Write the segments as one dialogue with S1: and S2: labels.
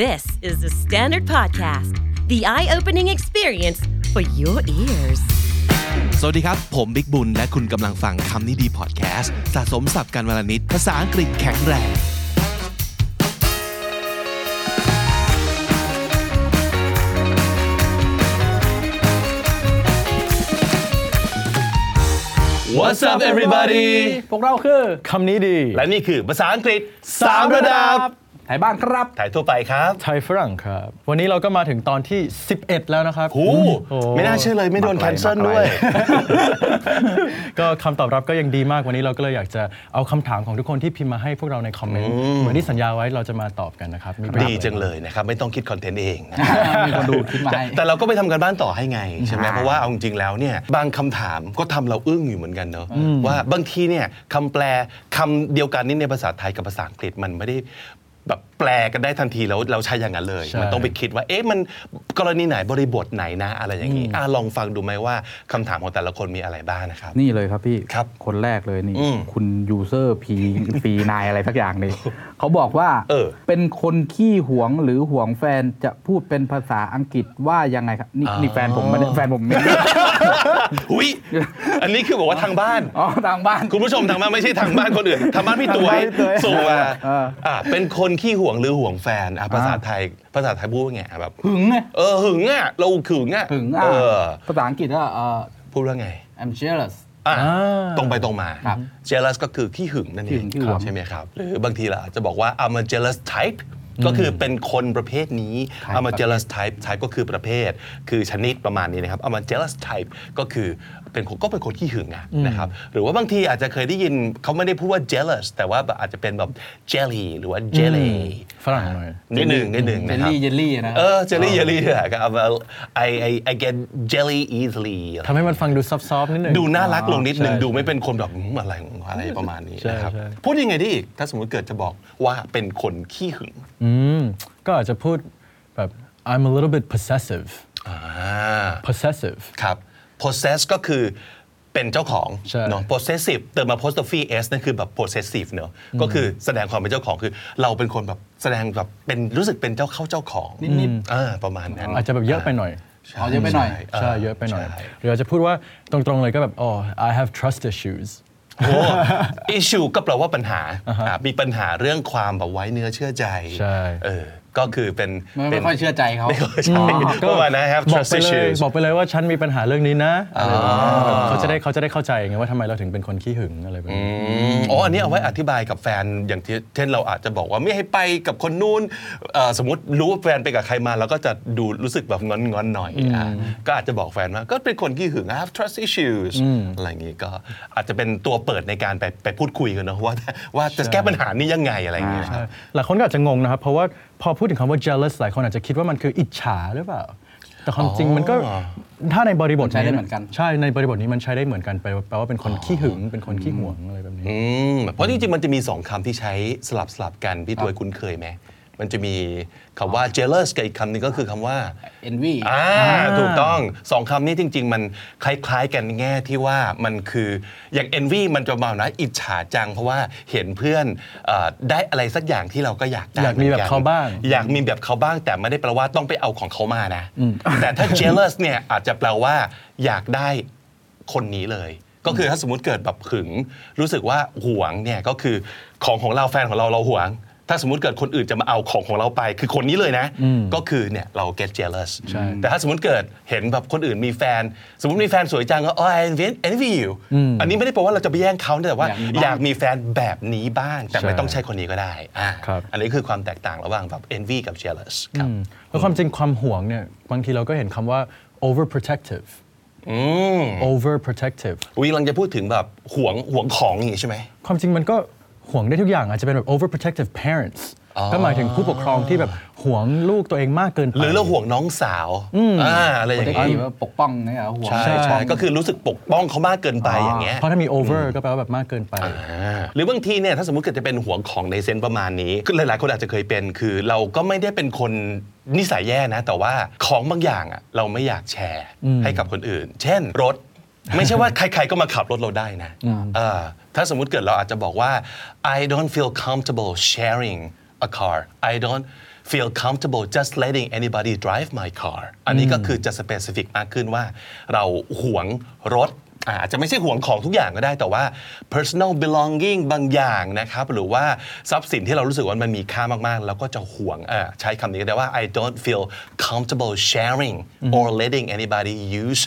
S1: This is the Standard Podcast, the eye opening experience for your ears.
S2: สวัสดีครับ ผมบิ๊กบุญ และคุณกำลังฟังคำนี้ดีพอดแคสต์สะสมสับการวลนิดภาษาอังกฤษแข็งแรง What's up everybody
S3: พวกเราคือคำนี้ดี
S2: และนี่คือภาษาอังกฤษสามระดับ
S3: ไทยบ้านครับ
S2: ถ่ายทั่วไปครับ
S3: ไทยฝรั่งครับ วันนี้เราก็มาถึงตอนที่ 11 แล้วนะครับ
S2: หู
S3: โอ้
S2: ไม่น่าเชื่อเลยไม่โดนแคนเซิลด้วย
S3: ก็คำตอบรับก็ยังดีมากวันนี้เราก็เลยอยากจะเอาคำถามของทุกคนที่พิมพ์มาให้พวกเราในคอมเมนต์ เหมือนที่สัญญาไว้เราจะมาตอบกันนะครับมีประโยช
S2: ดี
S3: น์
S2: จังเลยนะครับ ไม่ต้องคิดคอนเทนต์เอง
S4: มีคนดูคิดมาให้
S2: แต่เราก็ไปทำกันบ้านต่อให้ไง ใช่ไหม
S4: ใช่
S2: เพราะว่าเอาจริงๆแล้วเนี่ยบางคำถามก็ทำเราอึ้งอยู่เหมือนกันเนอะว่าบางทีเนี่ยคำแปลคำเดียวกันนี่ในภาษาไทยกับภาษาอังกฤษมันไม่ได้แบบแปลกันได้ทันทีแล้วเราใช้อย่างนั้นเลย มันต้องไปคิดว่าเอ๊ะมันกรณีไหนบริบทไหนนะอะไรอย่างนี้อ่ะลองฟังดูไหมว่าคำถามของแต่ละคนมีอะไรบ้างนะครับ
S4: นี่เลยครับพี่
S2: ครับ
S4: คนแรกเลยนี่
S2: อืม
S4: คุณยูเซอร์พีปีนายอะไรสักอย่าง นี่ เขาบอกว่า
S2: เออ
S4: นคนขี้หวงหรือหวงแฟนจะพูดเป็นภาษาอังกฤษว่ายังไงครับ นี่นี่แฟนผมไม่ได้แฟนผมไม่ได้
S2: อุ้ยอันนี้คือบอกว่าทางบ้าน
S4: อ๋อทางบ้าน
S2: คุณผู้ชมทางบ้านไม่ใช่ทางบ้านคนอื่นทางบ้านพี่ตั
S4: ทาง
S2: ว
S4: บ้านพี่ตัวย
S2: ส่งมา
S4: เออ
S2: อ่ะเป็นคนขี้ห่วงหรือห่วงแฟนอ่ะภาษาไทยภาษาไทยพูดว่าไงอ่ะแบบ
S4: หึงไง
S2: เออหึงอ่ะเราหึงอ่ะ
S4: หึงอ่ะ
S2: เออ
S4: ภาษาอังกฤษก็เอ่อ
S2: พูดว่าไง
S4: I'm jealous
S2: อ่ะ
S3: อ่า
S2: ตรงไปตรงมา
S4: ครับ
S2: jealous ก็คือขี้หึงนั่นเอ
S4: ขี้
S2: ง
S4: หึงขี้หวง
S2: ใช่ไหมครับหรือบางทีเราอาจจะบอกว่า I'm a jealous type ก็คือเป็นคนประเภทนี้ I'm a jealous type type ก็คือประเภท คือชนิดประมาณนี้นะครับ I'm a jealous type ก็คือเป็นคนก็เป็นคนขี้หึงอะนะครับหรือว่าบางทีอาจจะเคยได้ยินเขาไม่ได้พูดว่า jealous แต่ว่าอาจจะเป็นแบบ jelly หรือว่า jelly
S3: ฝรั่งหน่อย
S2: นิดหนึ่งนิดหนึ่ง
S4: เจ
S2: นะ
S4: ล
S2: ครับ
S4: ลี่เจลลี่นะค
S2: เอ
S4: รับ
S2: อ jelly jelly เนี่ยก็ I'm a- I I I get jelly easily อะไรอย่างเงี้ย
S3: ทำให้มันฟังดูซับซ้อนนิดหนึ่ง
S2: ดูน่ารักลงนิดนึง
S3: ใช่
S2: ดูไม่เป็นคนแบบอืมอะไรของอะไรประมาณนี้นะครับ
S3: ใช่ใช่
S2: พูดยังไงดีอีกถ้าสมมติเกิดจะบอกว่าเป็นคนขี้หึง
S3: อืมก็อาจจะพูดแบบ I'm a little bit possessive
S2: อ่า
S3: possessive
S2: ครับ possess ก็คือเป็นเจ้าของ
S3: ใช่
S2: เนาะ possessive เติมมา apostrophe s นั่นคือแบบ possessive เนอะก็คือแสดงความเป็นเจ้าของคือ เราเป็นคนแบบแสดงแบบเป็นรู้สึกเป็นเจ้าเข้าเจ้าของ
S4: นิด
S2: อ่าประมาณนั้น
S3: อาจจะแบบเยอะไปหน่อย
S2: ใ
S4: อ๋อเยอะไปหน่อย
S3: ใช่เยอะไปหน่อย
S2: ใช่
S3: หรืออาจจะพูดว่าตรงๆเลยก็แบบอ๋อ I have trust issues
S2: โอ้ issue ก็แปลว่าปัญหาอ่ะมีปัญหาเรื่องความแบบไว้เนื้อเชื่อใจ
S3: ใช่
S2: เออก็คือเป็น
S4: ๆไม่
S2: ป็น
S4: ไม่ค่อยเชื่อใจเขา
S2: ไม่เข้าใจประมาณนะครับ
S3: บอก
S2: trust
S3: ไปเลย
S2: issues
S3: บอกไปเลยว่าฉันมีปัญหาเรื่องนี้นะอะไรแบบนี้แบบเขาจะได้เขาจะได้เข้าใจไงว่าทำไมเราถึงเป็นคนขี้หึงอะไรแบบนี้
S2: อืมอ๋ออันนี้เอาไว้อธิบายกับแฟนอย่างที่เช่นเราอาจจะบอกว่าไม่ให้ไปกับคนนู้นเอ่อสมมติรู้ว่าแฟนไปกับใครมาเราก็จะดูรู้สึกแบบงอนงอนๆหน่อยอ่ะก็อาจจะบอกแฟนว่าก็เป็นคนขี้หึง I have trust issues อะไรอย่างนี้ก็อาจจะเป็นตัวเปิดในการไปไปพูดคุยกันเนอะว่าว่าจะแก้ปัญหานี้ยังไงอะไรอย่างเงี้ยครับ
S3: หลายคนก็อาจจะงงนะครับ เพราะว่าพอพูดถึงคำว่า jealous หลายคนอาจจะคิดว่ามันคืออิจฉาหรือเปล่า แต่ความจริงมันก็ถ้าในบริบท
S4: มันใช้ได้เหมือนกัน
S3: ใช่ในบริบทนี้มันใช้ได้เหมือนกันแปลว่าแปลว่าเป็นคนขี้หึงเป็นคนขี้หวงอะไรแบบนี้
S2: อืมเพราะจริงๆ มันจะมีสองคำที่ใช้สลับสลับๆกัน พี่ตัวยคุ้นเคยไหม มันจะมีคำว่า jealous กับอีกคำหนึ่งก็คือคำว่า
S4: envy
S2: อ่าถูกต้องสองคำนี้จริง ๆ มันคล้าย ๆ กันในแง่ที่ว่ามันคืออย่าง envy มันจะมานะอิจฉาจัง เพราะว่าเห็นเพื่อนเอ่อได้อะไรสักอย่างที่เราก็อยากได้
S3: อยากมีแบบ
S2: หนน
S3: เขาบ้าง
S2: อยากมีแบบเขาบ้างแต่ไม่ได้แปลว่าต้องไปเอาของเขามานะ แต่ถ้า jealous เนี่ยอาจจะแปลว่าอยากได้ คนนี้เลย ก็คือถ้าสมมติเกิดแบบหึง รู้สึกว่าหวงเนี่ยก็คือของของเราแฟนของเราเราหวง ถ้าสมมติเกิดคนอื่นจะมาเอาของของเราไป คือคนนี้เลยนะ ก็คือเนี่ยเรา get jealous แต่ถ้าสมมติเกิดเห็นแบบคนอื่นมีแฟน สมมติมีแฟนสวยจังก็ oh I envy envy you อันนี้ไม่ได้แปลว่าเราจะไปแย่งเขานะแต่ว่าอยากมีแฟนแบบนี้บ้าง แต่ไม่ต้องใช่คนนี้ก็ได้อ่า
S3: ครับ
S2: อันนี้คือความแตกต่างระหว่างแบบ envy กับ jealous ครับ
S3: เพราะความจริงความหวงเนี่ยบางทีเราก็เห็นคำว่า overprotective
S2: อืม
S3: overprotective
S2: วิลังจะพูดถึงแบบหวงหวงของอย่างนี้ใช่ไหม
S3: ความจริงมันก็ห่วงได้ทุกอย่างอาจจะเป็นแบบ overprotective parents ก็หมายถึงผู้ปกครองที่แบบห่วงลูกตัวเองมากเกินไป
S2: หรือเราห่วงน้องสาวอ่าอะไรอย่าง
S4: เด็ก
S2: เงี้ย
S4: ดีว่าปกป้องเนี่ยเหรอหวง
S2: ใช่ใช่ก็คือรู้สึกปกป้องเขามากเกินไปอย่างเงี้ย
S3: เพราะถ้ามี over ก็แปลว่าแบบมากเกินไป
S2: อ่าหรือบางทีเนี่ยถ้าสมมติเกิดจะเป็นห่วงของในเซนส์ประมาณนี้คือหลาย ๆ คนอาจจะเคยเป็น คือเราก็ไม่ได้เป็นคนนิสัยแย่นะ แต่ว่าของบางอย่างอะเราไม่อยากแชร์ให้กับคนอื่น เช่นรถ ไม่ใช่ว่าใคร ๆ ก็มาขับรถเราได้นะเออถ้าสมมติเกิดเราอาจจะบอกว่า I don't feel comfortable sharing a car I don't feel comfortable just letting anybody drive my car อันนี้ก็คือจะ specific มากขึ้นว่า เราหวงรถอ่าอาจจะไม่ใช่ห่วงของทุกอย่างก็ได้แต่ว่า personal belonging บางอย่างนะครับ หรือว่าทรัพย์สินที่เรารู้สึกว่ามันมีค่ามากๆ แล้วก็จะห่วงอ่าใช้คำนี้ก็ได้ว่า I don't feel comfortable sharing or letting anybody use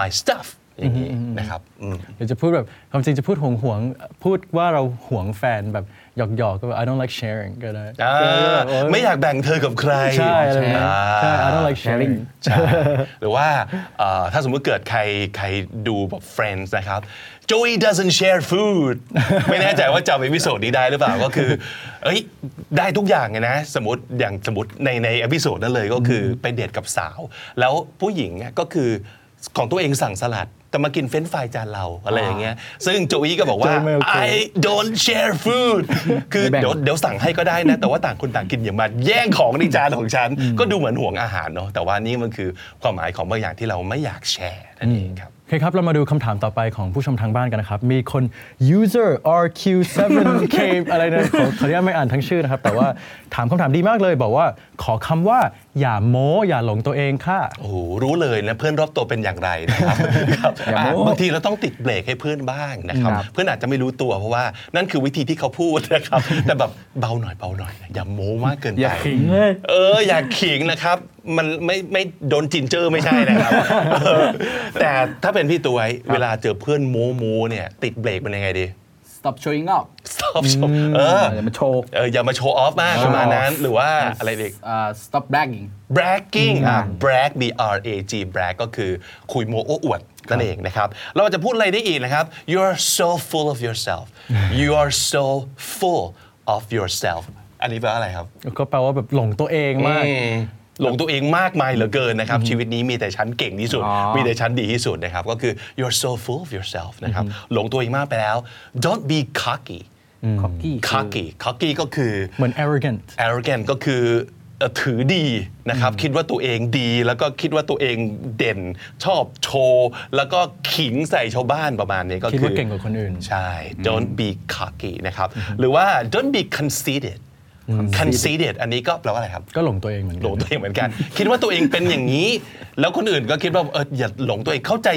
S2: my stuff อย่างนี้นะครับอืม
S3: เดี๋ยวจะพูดแบบความจริงจะพูดห่วงห่วงๆพูดว่าเราห่วงแฟนแบบหยอกหยอกๆก็แบบ I don't like sharing ก็ได้
S2: อ่าไม่อยากแบ่งเธอกับใคร
S3: ใช่อะไรแบบนี้
S2: อ่า
S3: ใช่ I don't like sharing
S2: ใช่หรือว่าเอ่อถ้าสมมุติเกิดใครใครดูแบบ Friends นะครับ Joey doesn't share food ไม่แน่ใจว่าจำเอพิโซดนี้ได้หรือเปล่า ก็คือ เอ้ย ได้ทุกอย่างไงนะ สมมติอย่างสมมติในในเอพิโซดนั้นเลยก็คือไปเดทกับสาว แล้วผู้หญิงเนี่ยก็คือของตัวเองสั่งสลัด แต่มากินเฟรนช์ฟรายจานเราอะไรอย่างเงี้ยซึ่งโจอี้ก็บอกว่า
S3: โจอี้ไม่โอเค
S2: I don't share food คือ
S4: ไม่แบ่ง
S2: เดี๋ยว เดี๋ยวสั่งให้ก็ได้นะ แต่ว่าต่างคนต่างกินอย่ามาแย่งของในจานของฉัน ก็ดูเหมือนห่วงอาหารเนาะแต่ว่านี่มันคือความหมายของบางอย่างที่เราไม่อยากแชร์นั่นเองครับ
S3: โอเคครับ เรามาดูคำถามต่อไปของผู้ชมทางบ้านกันนะครับ มีคน user rq7k อะไรนะ ขอขออนุญาตไม่อ่านทั้งชื่อนะครับ แต่ว่าถามคำถามดีมากเลย บอกว่าขอคำว่าอย่าโม้อย่าหลงตัวเองค่ะ
S2: โอ้โหรู้เลยนะเพื่อนรอบตัวเป็นอย่างไรนะครับครับ
S4: อย่าโม้
S2: อ่ะบางทีเราต้องติดเบรกให้เพื่อนบ้างนะครับ
S4: ครับ
S2: เพื่อนอาจจะไม่รู้ตัวเพราะว่านั่นคือวิธีที่เขาพูดนะครับแต่แบบเบาหน่อยเบาหน่อยอย่าโม้มากเกิน
S4: อย่า
S2: ไป
S4: ขิงเลย
S2: เอออยากขิงนะครับ มันไม่ไม่โดนจินเจอร์ไม่ใช่ นะครับเออแต่ถ้าเป็นพี่ตัวไอ้เวลาเจอเพื่อนโมโมเนี่ย ติดเบรกเป็นยังไงดี
S4: stop showing up
S2: stop show เออ
S4: อย่ามาโชว์
S2: เอออย่ามาโชว์ออฟมากประมาณนั้น หรือว่าอะไรอีก
S4: อ่า stop bragging
S2: bragging อ่ะ brag b r a g brag ก็คือคุยโมโอ้อวดนั่นเองนะครับ เราจะพูดอะไรได้อีกนะครับ you are so full of yourself you are so full of yourself อันนี้แปลว่าอะไรครับ
S3: ก็แปลว่าแบบหลงตัวเองมาก
S2: อืมหลงตัวเองมากมายเหลือเกินนะครับ ชีวิตนี้มีแต่ฉันเก่งที่สุด มีแต่ฉันดีที่สุดนะครับ ก็คือ you're so full of yourself นะครับ หลงตัวเองมากไปแล้ว don't be cocky
S4: cocky คือ
S2: cocky cocky ก็คือ
S3: เหมือน arrogant
S2: arrogant ก็คือเอ่อถือดีนะครับ คิดว่าตัวเองดี แล้วก็คิดว่าตัวเองเด่น ชอบโชว์ แล้วก็ขิงใส่ชาวบ้านประมาณนี้ก็คือ
S3: คิดว่าเก่งกว่าคนอื่น
S2: ใช่ don't be cocky นะครับ หรือว่า don't be conceited conceited อันนี้ก็แปลว่าอะไรครับ
S3: ก็หลงตัวเองเหมือนกั
S2: หลงตัวเองเหมือนกัน คิดว่าตัวเองเป็นอย่างนี้ แล้วคนอื่นก็คิดว่าเอออย่าหลงตัวเองเข้าใจ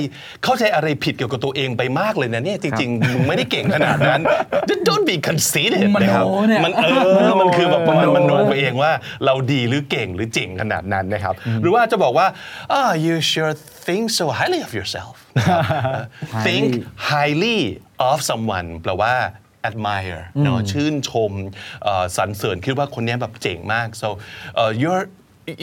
S2: เข้าใจอะไรผิดเกี่ยวกับตัวเองไปมากเลยนะเนี่ยจริงๆมึงไม่ได้เก่งขนาดนั้น Don't- don't be conceited
S4: มโน
S2: นะครับ
S4: เนี่ย
S2: มันเออมันคือแบบประมาณมโนไปเองว่าเราดีหรือเก่งหรือเจ๋งขนาดนั้นนะครับ หรือว่าจะบอกว่า ah you sure think so highly of yourself นะครับ think highly of someone แปลว่า admire เนอะชื่นชมเอ่อสรรเสริญคิดว่าคนเนี้ยแบบเจ๋งมาก so uh, you're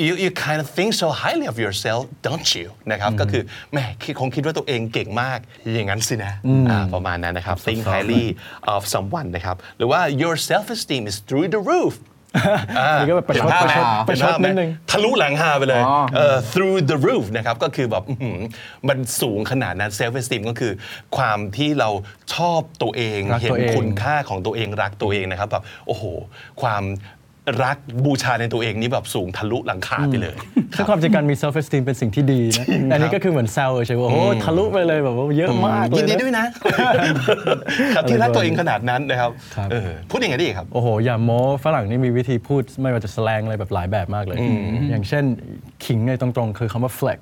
S2: you you kind of think so highly of yourself don't you นะครับก็คือแหมคิดคงคิดว่าตัวเองเก่งมาก อย่างนั้นสินะอ่าประมาณนั้นนะครับ think highly of someone นะครับ หรือว่า your self esteem is through the roof อ่า
S3: นี่ก็แบบประชด
S2: เห็นภาพไหม
S3: ประชดป
S2: เห็ภา
S3: ระชด
S2: พไหม
S3: นิดนึง
S2: ทะลุหลังหาไปเลย
S4: อ๋อ
S2: เออ through the roof นะครับ ก็คือแบบอื้อหือมันสูงขนาดนั้น self esteem ก็คือความที่เราชอบตัวเอง
S3: รัก
S2: เห็
S3: ตั
S2: น
S3: วเอง
S2: คุณค่าของตัวเองรักตัวเองนะครับแบบโอ้โห ความรักบูชาในตัวเองนี่แบบสูงทะลุหลังคาไปเลย
S3: ซึ่งความจริงการมี self esteem เป็นสิ่งที่ดี นะแต่อันนี้ก็คือเหมือนแซวเฉยๆว่าโอ้โหทะลุไปเลยแบบว่าเยอะมากเลย
S2: ยินดี
S3: นะ
S2: ด้วย นะ ครับที่รักตัวเองขนาดนั้นนะครับ
S3: ครับ
S2: เออพูดยังไงดีครับ
S3: โอ้โห อย่าโม้ฝรั่งนี่มีวิธีพูดไม่ว่าจะแสลงอะไรแบบหลายแบบมากเลย อย่างเช่น ขิงในตรงๆ คือคำว่า flex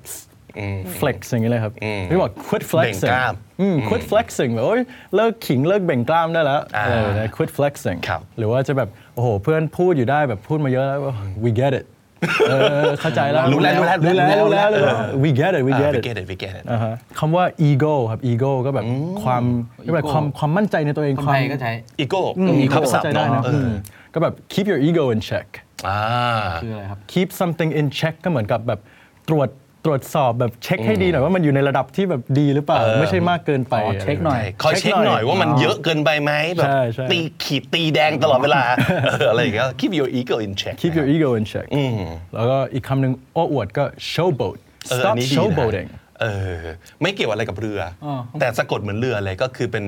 S3: flex อย่างนี้เลยครับหรือว่า quit
S2: เบ่ง
S3: flexing
S2: กล้าม
S3: อืม quit flexing แบบโอ้ยเลิกขิงเลิกเบ่งกล้ามได้แล้ว
S2: อ่า
S3: เออนะ quit flexing
S2: ครับ
S3: หรือว่าจะแบบ โอ้โห เพื่อนพูดอยู่ได้แบบพูดมาเยอะแล้ว we get it เออเข้าใจแล้ว
S2: รู้แล้วรู้แล้วรู้
S3: รู้
S2: แล้
S3: แล้ว วรู้แล้วรู้แล้ว we get it we
S2: อ่า
S3: get
S2: we
S3: it
S2: get it we get it
S3: อ่าฮะคำว่า ego ครับ ego ก็แบบความเรียกว่าความความมั่นใจในตัวเอง
S4: คน
S3: ควา
S4: ไท
S3: ม
S4: ยก็ใช้
S2: อีโก้
S3: เข้า
S2: คำศัพท์
S3: ใจได้
S2: เนาะ
S3: นะ
S2: เออ
S3: มก็แบบ keep your ego in check
S2: อ่า
S4: คืออะไรครับ
S3: keep something in check ก็เหมือนกับแบบตรวจตรวจสอบแบบเช็คให้ดีหน่อยว่ามันอยู่ในระดับที่แบบดีหรือเปล่า ไม่ใช่มากเกินไป
S4: อ๋อเช็คหน่
S2: ใช่คอยเช็คหน่อยว่ามันเยอะเกินไปไหมแบบ
S3: ใช่ใช่
S2: ตีขีดตีแดงตลอดเวลาเอออะไรอย่างเงี้ย keep your ego in check
S3: keep your ego in check แล้วก็อีกคำหนึ่งโอ้อวดก็ showboat
S2: เอออั
S3: stop
S2: นนี้ดีนะ
S3: showboating
S2: เ เออไม่เกี่ยวอะไรกับเรือ
S4: อ๋อ
S2: แต่สะกดเหมือนเรือเลยก็คือเป็น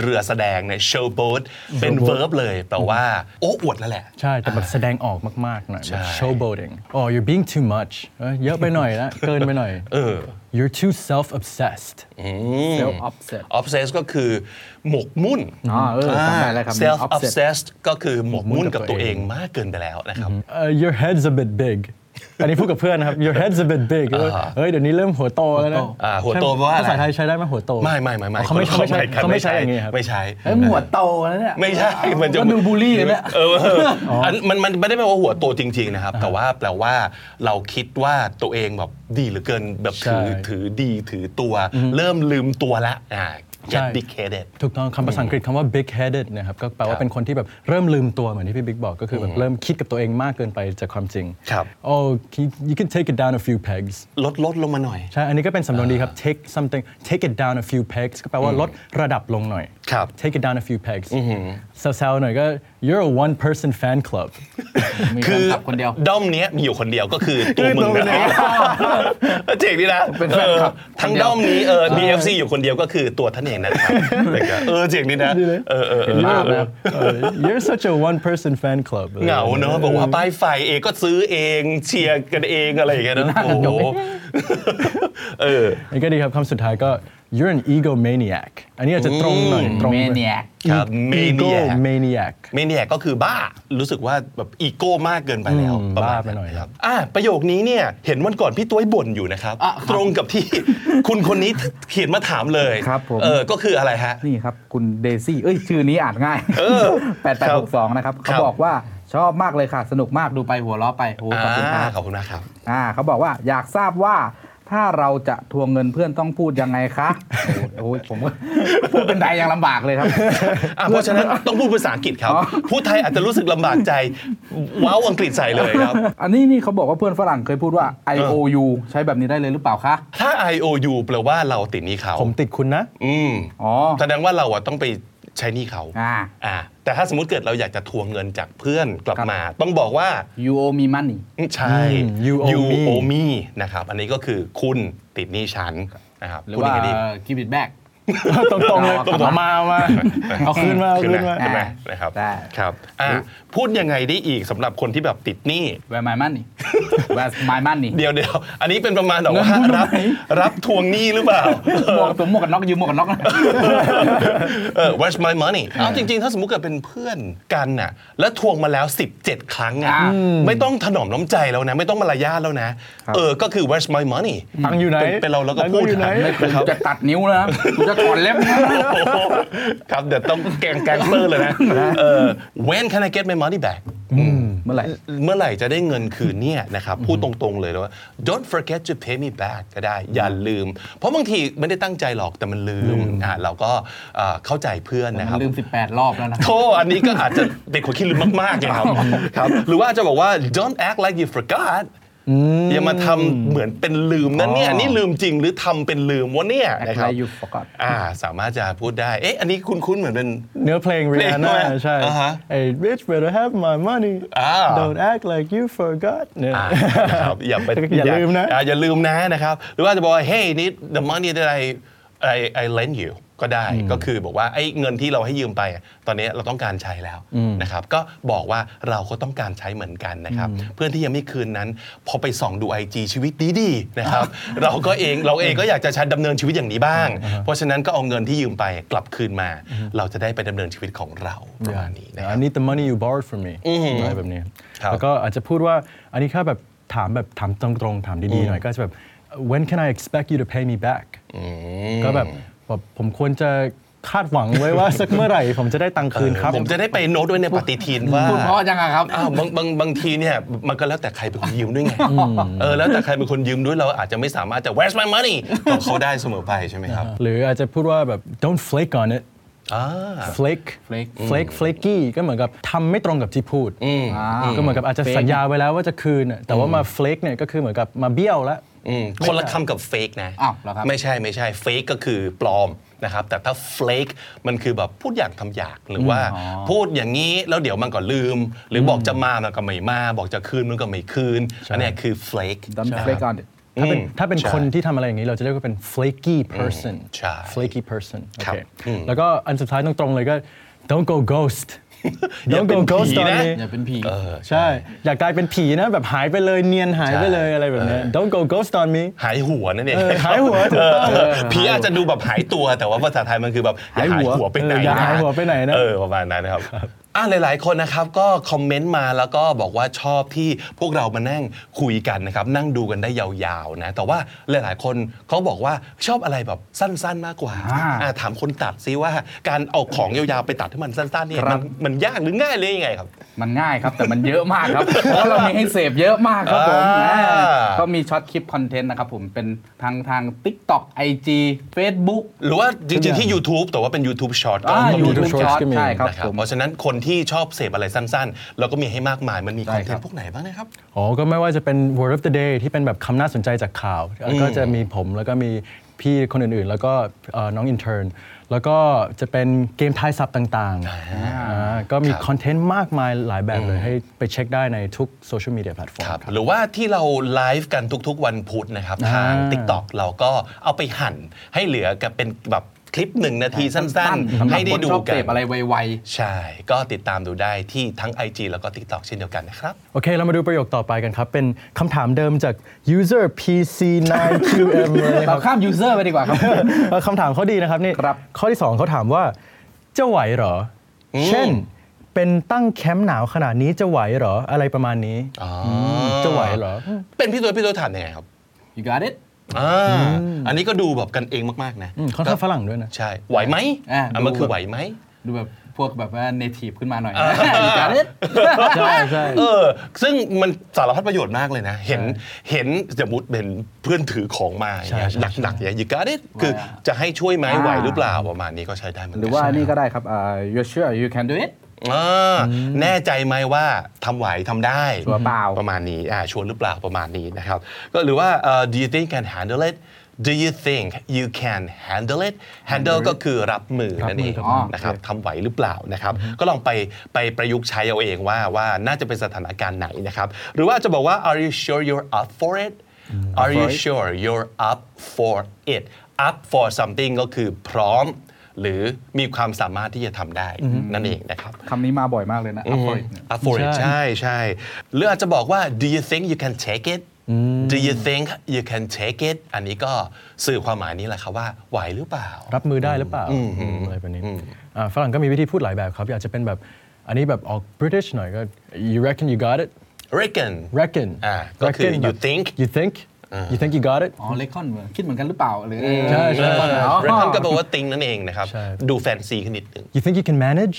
S2: เรือแสดงเนี่ย showboat เป็น verb เลยแปลว่า โอ้อวดนั่นแหละ
S3: ใช่ แต่แบบแสดงออกมาก ๆ หน่อย
S2: ใช่
S3: แบบ showboating oh you're being too much เอ้ยเยอะไปหน่อยนะ เกินไปหน่อย
S2: เออ
S3: you're too self obsessed
S4: self offset
S2: obsess ก็คือหมกมุ่น
S4: อ๋อเออจำได้แล้วครับ
S2: self
S4: offset
S2: obsessed ก็คือหมกมุ่นกับ
S3: หมกมุ่นกับตั
S2: ตัว ว
S3: เอ
S2: เอง งมากเกินไปแล้วนะครับ
S3: Uh, your head's a bit big อันนี้พูดกับเพื่อนนะครับ your head's a bit big เออเฮ้ย เดี๋ยวนี้เริ่มหัวโตแล้วนะ
S2: อ่าหัวโตแปลว่าอะไร
S3: ภาษาไทยใช้ได้ไหมหัวโต
S2: ไม่ไม่ไม่ไม่
S3: เขาไม่ใช่ไม่ใช่
S2: ครับ
S3: เขาไม่ใช่อย่างนี้ครับ
S2: ไม่ใช่
S4: เอ้ยหมวดโตแล้วเนี่ย
S2: ไม่ใช่ มันจะ
S4: ก็ดูบูลลี่เลยเนี่ย
S2: เออ เอออันมันมันไม่ได้แปลว่าหัวโตจริง ๆ นะครับ แต่ว่าแปลว่าเราคิดว่าตัวเองแบบดีเหลือเกินแบบถือ
S3: ใช่
S2: ถือดีถือตัว เริ่มลืมตัวละอ่า get
S3: ใช่
S2: decaded
S3: ถูกต้องคำภาษาอังกฤษคำว่า big headed นะครับก็แปลว่าเป็นคนที่แบบเริ่มลืมตัวเหมือนที่พี่บิ๊กบอกก็คือแบบเริ่มคิดกับตัวเองมากเกินไปจากความจริง
S2: ครับ
S3: oh can you- you can take it down a few pegs
S2: ลดลดลงมาหน่อย
S3: ใช่ อันนี้ก็เป็นสำนวนดีครับ take something take it down a few pegs ก็แปลว่าลดระดับลงหน่อย
S2: ครับ
S3: take it down a few pegs แซวๆหน่อยก็ you're a one person fan club
S4: มีแฟ
S2: คื
S4: น
S2: อ
S4: คลับคนเดียว
S2: ด้อมเนี้ยมีอยู่คนเดียวก็คือตัวมึง
S3: คือตัวมึง
S2: นะ เจ๋งดีนะ
S4: เป็นแฟนคลับ
S2: เออ
S4: คนเดียว
S2: ทั้งด้อมนี้เออ BFC อยู่คนเดียวก็คือตัวท่านเอง นะครับแต่ก็เออเจ๋งดีนะเออเออเออ
S3: you're, uh, you're such a one person fan club
S2: เหงาเนอะบอกว่าป้ายไฟเองก็ซื้อเองเชียร์กันเองอะไรอย่างเงี้ยนะโอ้โหเออ
S3: อันนี้ก็ดีครับคำสุดท้ายก็ you're an egomaniac อันนี้อาจจะตรงหน่อยตรง
S4: maniac
S2: ครับ maniac
S3: egomaniac
S2: เมเนียก็คือบ้ารู้สึกว่าแบบอีโก้มากเกินไปแล้ว
S3: อืม
S2: ประมณ
S3: บ้าไปหน่อยครับ
S2: อ่ะประโยคนี้เนี่ยเห็นวันก่อนพี่ต้วยบ่นอยู่นะครับ
S4: อ่ะครับ
S2: ตรงกับที่ คุณคนนี้เขียนมาถามเลย
S4: ครับผม
S2: เออก็คืออะไรฮะ
S4: นี่ครับ คุณเดซี่ เอ้ย ชื่อนี้อ่านง่าย
S2: เออ
S4: แปดแปดหกสองนะครับ
S2: ครั
S4: เขา
S2: บ
S4: บอกว่าชอบมากเลยค่ะ สนุกมากดูไปหัวเราะไปโอ้ขอบคุณค
S2: อ่า
S4: รับ
S2: ขอบคุณมากครับ
S4: อ่าเขาบอกว่าอยากทราบว่าถ้าเราจะทวงเงินเพื่อนต้องพูดยังไงคะ โอ้โหโอ้โหผมก็ พูดเป็นไดยังลำบากเลยครับ
S2: อ่ะเพราะฉะนั้นต้องพูดภาษาอังกฤษครับ
S4: อ๋อ
S2: พูดไทยอาจจะรู้สึกลำบากใจ ว้าวอังกฤษใส่เลยครับ
S4: อันนี้นี่เขาบอกว่าเพื่อนฝรั่งเคยพูดว่า I O U ใช้แบบนี้ได้เลยหรือเปล่าคะ
S2: ถ้า IOU แปลว่าเราติดหนี้เขา
S3: ผมติดคุณนะ
S2: อืม
S4: อ๋อ
S2: แสดงว่าเราอะต้องไปใช้หนี้เขา
S4: อ่า
S2: อ่าแต่ถ้าสมมติเกิดเราอยากจะทวงเงินจากเพื่อนกลับ
S4: ครับ
S2: มา ต้องบอกว่า
S4: You owe me money
S2: ใช่
S3: อืม you owe me
S2: owe me นะครับ อันนี้ก็คือคุณติดหนี้ฉันนะครับ
S4: หรือ
S2: พูด
S4: ว่า
S2: ยังไงดี
S4: give it back
S3: ตรงๆเลย
S4: ตรงๆ
S3: เอามาเอามา เอาคืนมาเอา
S2: ขึ้น
S3: คืน
S2: มา
S3: มา
S2: ขึ้นมา
S4: อ่า
S2: นะครับ
S4: ได้
S2: ครับอ่ะพูดยังไงได้อีกสำหรับคนที่แบบติดหนี้
S4: Where my money Where's my money
S2: เดี๋ยวเดี๋ยวอันนี้เป็นประมาณแบบว่ารับรับทวงหนี้หรือเปล่า
S4: หมวกตัวหมวกกันน็อกยืมหมวกกันน็อกนะ
S2: เออ where's my money เอาจริง ๆ ถ้าสมมุติเกิดเป็นเพื่อนกันน่ะ แล้วทวงมาแล้ว 17 ครั้งอ่ะ
S4: อ่า
S2: ไม่ต้องถนอมน้ำใจแล้วนะ ไม่ต้องมารยาทแล้วนะ เออ ก็คือ where's my money
S3: ตังค์อยู่ไหน
S2: เป็เป็นเราแล้วก็พูด
S3: ตังค์อยู่ไหน
S2: หา
S4: ผมจะตัดนิ้วแล้วนะผมจะถอนเล็บนะ
S2: โอ้โหครับ เดี๋ยวต้องแกงแกงเตอร์เลยนะ เออ when can I get my money back
S4: เมื่อไหร่
S2: เมื่อไหร่จะได้เงินคืนเนี่ยนะครับพูดตรงๆเลยนะว่า don't forget to pay me back ก็ได้ อย่าลืม เพราะบางทีไม่ได้ตั้งใจหรอกแต่มันลืมอ่ะเราก็เอ่อเข้าใจเพื่อนนะครับ
S4: ลืม 18 รอบแล้วนะ
S2: โทษอันนี้ก็อาจจะเป็นคนขี้ลืมมากๆนะครับครับ หรือว่าจะบอกว่า don't act like you forgot อย่ามาทำเหมือนเป็นลืมนะเนี่ย
S4: อ๋อ
S2: นี่ลืมจริงหรือทำเป็นลืมวะเนี่ยนะ
S4: Act
S2: ครับ
S4: like you forgot
S2: อ่าสามารถจะพูดได้ เอ๊ะอันนี้คุ้นๆเหมือนเป็น
S3: เนื้อเพลง Rihanna
S2: เพลงด้วย
S3: ใช่
S2: อ่าฮะ
S3: hey bitch better have my money
S2: อ่า
S3: don't act like you forgot เนี่ย
S2: อ่านะครับอย่าไป
S3: อย่าลืมนะ
S2: อ่าอย่าลืมนะนะครับ หรือว่าจะบอกว่า hey need the money that I I I lend you ก็ได้ก็คือบอกว่าไอ้เงินที่เราให้ยืมไปอะตอนนี้เราต้องการใช้แล้วนะครับ ก็บอกว่าเราก็ต้องการใช้เหมือนกันนะครับ เพื่อนที่ยังไม่คืนนั้น พอไปส่องดู IG ชีวิตดีๆนะครับ เราก็เองเราเองก็อยากจะใช้ดำเนินชีวิตอย่างนี้บ้าง เพราะฉะนั้นก็เอาเงินที่ยืมไปกลับคืนมา เราจะได้ไปดำเนินชีวิตของเราประมาณนี้นะครั
S3: I
S2: บ
S3: need the money you borrowed from me อะไรแบบนี้
S2: ครับ
S3: แล้วก็อาจจะพูดว่าอันนี้แค่แบบถามแบบถามตรงๆ ถามดีๆหน่อยก็จะแบบ when can I expect you to pay me back ก็แบบแบบผมควรจะคาดหวังไว้ว่า สักเมื่อไหร่ ผมจะได้ตังค์คืนครับ
S2: ผมจะได้ไปโน้ตไว้ในปฏิทินว่า
S4: คุณพ่อยังอะครับ
S2: อ้าวบางบางบางทีเนี่ยมันก็แล้วแต่ใครเป็นคนยืมด้วยไงเออแล้วแต่ใครเป็นคนยืมด้วยเราอาจจะไม่สามารถจะ where's my money บอกเขาได้เสมอไปใช่ไหมครับ
S3: หรืออาจจะพูดว่าแบบ don't flake on it
S2: อ่า
S3: flake
S4: Flake
S3: flake flaky ก็เหมือนกับทำไม่ตรงกับที่พูด
S4: อ่า
S3: ก็เหมือนกับอาจจะ
S4: Fake
S3: สัญญาไว้แล้วว่าจะคืนน่ะแต่ว่ามา flake เนี่ยก็คือเหมือนกับมาเบี้ยวแล้ว
S2: อืมคนละคำกับ fake นะ
S4: อ้าวเหรอครับ
S2: ไม่ใช่ไม่ใช่ fake ก็คือปลอมนะครับ แต่ถ้า flake มันคือแบบพูดอย่างทำอย่างหรือว่า พูดอย่างนี้แล้วเดี๋ยวมันก็ลืม หรือบอกจะมามันก็ไม่มา บอกจะคืนมันก็ไม่คืนอันเนี้ยคือ flake
S4: Don't
S2: ใช่
S4: flake on it
S3: ถ้าเป็น
S2: อืม
S3: ถ้าเป็น
S2: ใช่
S3: คนที่ทำอะไรอย่างนี้เราจะเรียกว่าเป็น flaky person
S2: ใช่
S3: flaky person โอ
S2: ครับ
S3: เค
S2: อืม
S3: แล้วก็อันสุดท้ายตรงๆเลยก็ don't go ghost
S2: อย่า
S3: don't
S2: เป็
S3: go
S2: น
S3: ghost
S2: ผี
S3: ตอน
S2: นะ
S3: นี้
S5: อย่าเป็นผี
S2: เออ
S3: ใช่ อยากกลายเป็นผีนะ แบบหายไปเลยเนียนหายไปเลย
S2: ใช่
S3: อะไรแบบเนี้ย don't go ghost on me
S2: หายหัวนั่นเอง
S3: เออหายหัวถูกต้อง
S2: เออผีอาจจะดูแบบหายตัวแต่ว่าภาษาไทยมันคือแบบอย่าหายหัวไปไหน
S3: เอออย่า
S2: นะ
S3: หายหัวไปไหนนะ
S2: เออประมาณนั้นนะครับอ่ะหลาย ๆ คนนะครับก็คอมเมนต์มาแล้วก็บอกว่าชอบที่พวกเรามานั่งคุยกันนะครับนั่งดูกันได้ยาวๆนะแต่ว่าหลาย ๆ คนเขาบอกว่าชอบอะไรแบบสั้น ๆ มากกว่า
S4: อ่า
S2: อ่ะถามคนตัดซิว่าการเอาของยาวๆไปตัดให้มันสั้น ๆ เนี่ยมันมันยากหรือง่ายหรือยังไงครับ
S4: มันง่ายครับ แต่มันเยอะมากครับ เพราะว่าเรามีให้เสพเยอะมากครับผม
S2: อ่า
S4: อ่าก็มีช็อตคลิปคอนเทนต์นะครับผมเป็นทางทาง TikTok IG Facebook
S2: หรือว่าจริง ๆ ที่ YouTube แต่ว่าเป็น YouTube Short ก็
S4: อ่า
S2: ก็มี
S4: YouTube
S3: Short
S4: Short ใช่ครับ
S2: นะครับ
S4: ผม
S2: เพราะฉะนั้นคนที่ชอบเสพอะไรสั้นๆ เราก็มีให้มากมายมันมีคอนเท
S4: ใช่คน รับ
S2: ต์พวกไหนบ้างนะครับ
S3: อ๋อ ก็ไม่ว่าจะเป็น word of the day ที่เป็นแบบคำน่าสนใจจากข่าว แล้วก็จะมีผมแล้วก็มีพี่คนอื่นๆ แล้วก็เอ่อน้องอินเทอร์นแล้วก็จะเป็นเกมทายศัพท์ต่างๆอ่าก็มี
S2: ครับ
S3: คอนเทนต์มากมายหลายแบบเลยให้ไปเช็คได้ในทุกโซเชียลมีเดียแพลตฟอร์ม
S2: ครับหรือว่าที่เราไลฟ์กันทุกๆ วันพุธนะครับ ทาง
S3: อ่า
S2: t i k t o k เราก็เอาไปหั่นให้เหลือกับเป็นแบบคลิปหนึ่งนาทีสั้นๆ ให้ได้ดู
S4: ชอบ
S2: กั
S4: เส
S2: น
S4: พอะไรไว
S2: ใช่ ก็ติดตามดูได้ที่ทั้ง IG แล้วก็ TikTok เช่นเดียวกันนะครับ
S3: โอเค เรามาดูประโยคต่อไปกันครับ เป็นคำถามเดิมจาก user pc9qm เลย
S4: ๆ
S3: ค
S4: เรา
S3: รับ
S4: ข้ามยูเซอร์ไปดีกว่าครับ
S3: เออคำถามเขาดีนะครับนี่
S4: ครับ
S3: ข้อที่ 2เขาถามว่า จะไหวเหรออเช่น เป็นตั้งแคมป์หนาวขนาดนี้จะไหวเหรออะไรประมาณนี้
S2: อ๋ออื
S3: มจะไหวเหรอ
S2: เป็นพี่ตัวพี่ตัวถามยังไงครับ
S4: You got it
S2: อ่าอันนี้ก็ดูแบบกันเองมากๆนะ
S3: อืมค่อนข้างฝรั่งด้วยนะ
S2: ใช่ ไหวไหม
S4: อ่า
S2: ะมันคือไหวไหม
S4: ดูแบบพวกแบบว่า native ขึ้นมาหน่อยนะ You got it
S3: ใช่ใช่
S2: เออ ซึ่งมันสารพัดประโยชน์มากเลยนะ เห็น เห็นสมมติเป็นเพื่อนถือของมาอย่างเงี้ย
S3: ใช่ใช่
S2: หนักๆอย่างยูการ์ดคือจะให้ช่วยไหม
S4: อ่า
S2: ไหวหรือเปล่าประมาณนี้ก็ใช้ได้เหมือน
S4: ห
S2: กั
S4: รือว่านี่ก็ได้ครับอ่า You sure you can do it
S2: อ่าแน่ใจไหมว่าทำไหวทำได้
S4: ชัวร์เปล่า
S2: ประมาณนี้อ่าชวนหรือเปล่าประมาณนี้นะครับ ก็หรือว่าเอ่อ do you think can handle it do you think you can handle it handle ก็คือรับมือนั่นเอง
S4: รับมือครับ
S2: นะครับทำไหวหรือเปล่านะครับ ก็ลองไปไปประยุกต์ใช้เอาเองว่าว่าน่าจะเป็นสถานการณ์ไหนนะครับ หรือว่าจะบอกว่า are you sure you're up for it are you sure you're up for it up for something ก็คือพร้อม หรือมีความสามารถที่จะทำได้นั่นเองนะครับ
S4: คำนี้มาบ่อยมากเลยนะ up for it เนี่ย
S2: up for it
S3: ใช่
S2: ใช่ใช่หรืออาจจะบอกว่า do you think you can take it do you think you can take it อันนี้ก็สื่อความหมายนี้แหละครับว่าไหวหรือเปล่า
S3: รับมือได้หรือเปล่าอะไรแบบนี้อ่าฝรั่งก็มีวิธีพูดหลายแบบครับอาจจะเป็นแบบอันนี้แบบออก British หน่อยก็ you reckon you got it
S2: reckon
S3: reckon
S2: อ่าก็คือ
S3: reckon แบบ
S2: you think
S3: you think you think you got it
S4: อ๋อ recon เหมือนคิดเหมือนกันหรือเปล่าหรือ
S3: ใช่ใช่
S4: อ๋อ
S2: reckon ก็แปลว่า think นั่นเองนะครับ
S3: ใช่
S2: ดูแฟนซีขึ้นนิดหนึ่ง
S3: you think you can manage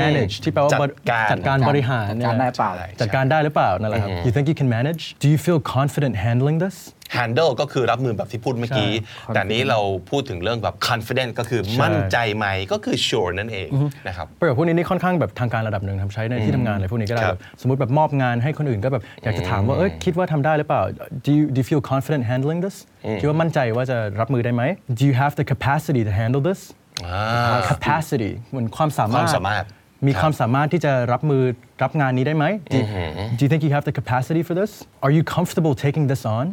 S3: manage ที่แปลว่า
S2: จัดการ
S3: จัดการบริหาร
S4: จัด
S3: เนี่ย
S4: การได้เปล่า
S3: จัดการได้หรือเปล่านั่นแหละครับ you think you can manage do you feel confident handling this
S2: handle ก็คือรับมือแบบที่พูดเมื่อกี้ แต่นี้เราพูดถึงเรื่องแบบ confident ก็คือมั่นใจไหมก็คือ sure นั่นเองนะครับ
S3: ประโยคพวกนี้นี่ค่อนข้างแบบทางการระดับหนึ่งทำใช้ในที่ทำงานอะไรพวกนี้ก็ได้
S2: ครั
S3: แบบ บสมมติแบบมอบงานให้คนอื่นก็แบบอยากจะถามว่าเอ้ยคิดว่าทำได้หรือเปล่า do you do you feel confident handling this คิดว่ามั่นใจว่าจะรับมือได้ไหม do you have the capacity to handle this
S2: อ่า
S3: capacity เหมือนความสามารถ
S2: ความสามารถ
S3: มี
S2: ครับ
S3: ความสามารถที่จะรับมือรับงานนี้ได้ไหม do, do you think you have the capacity for this are you comfortable taking this on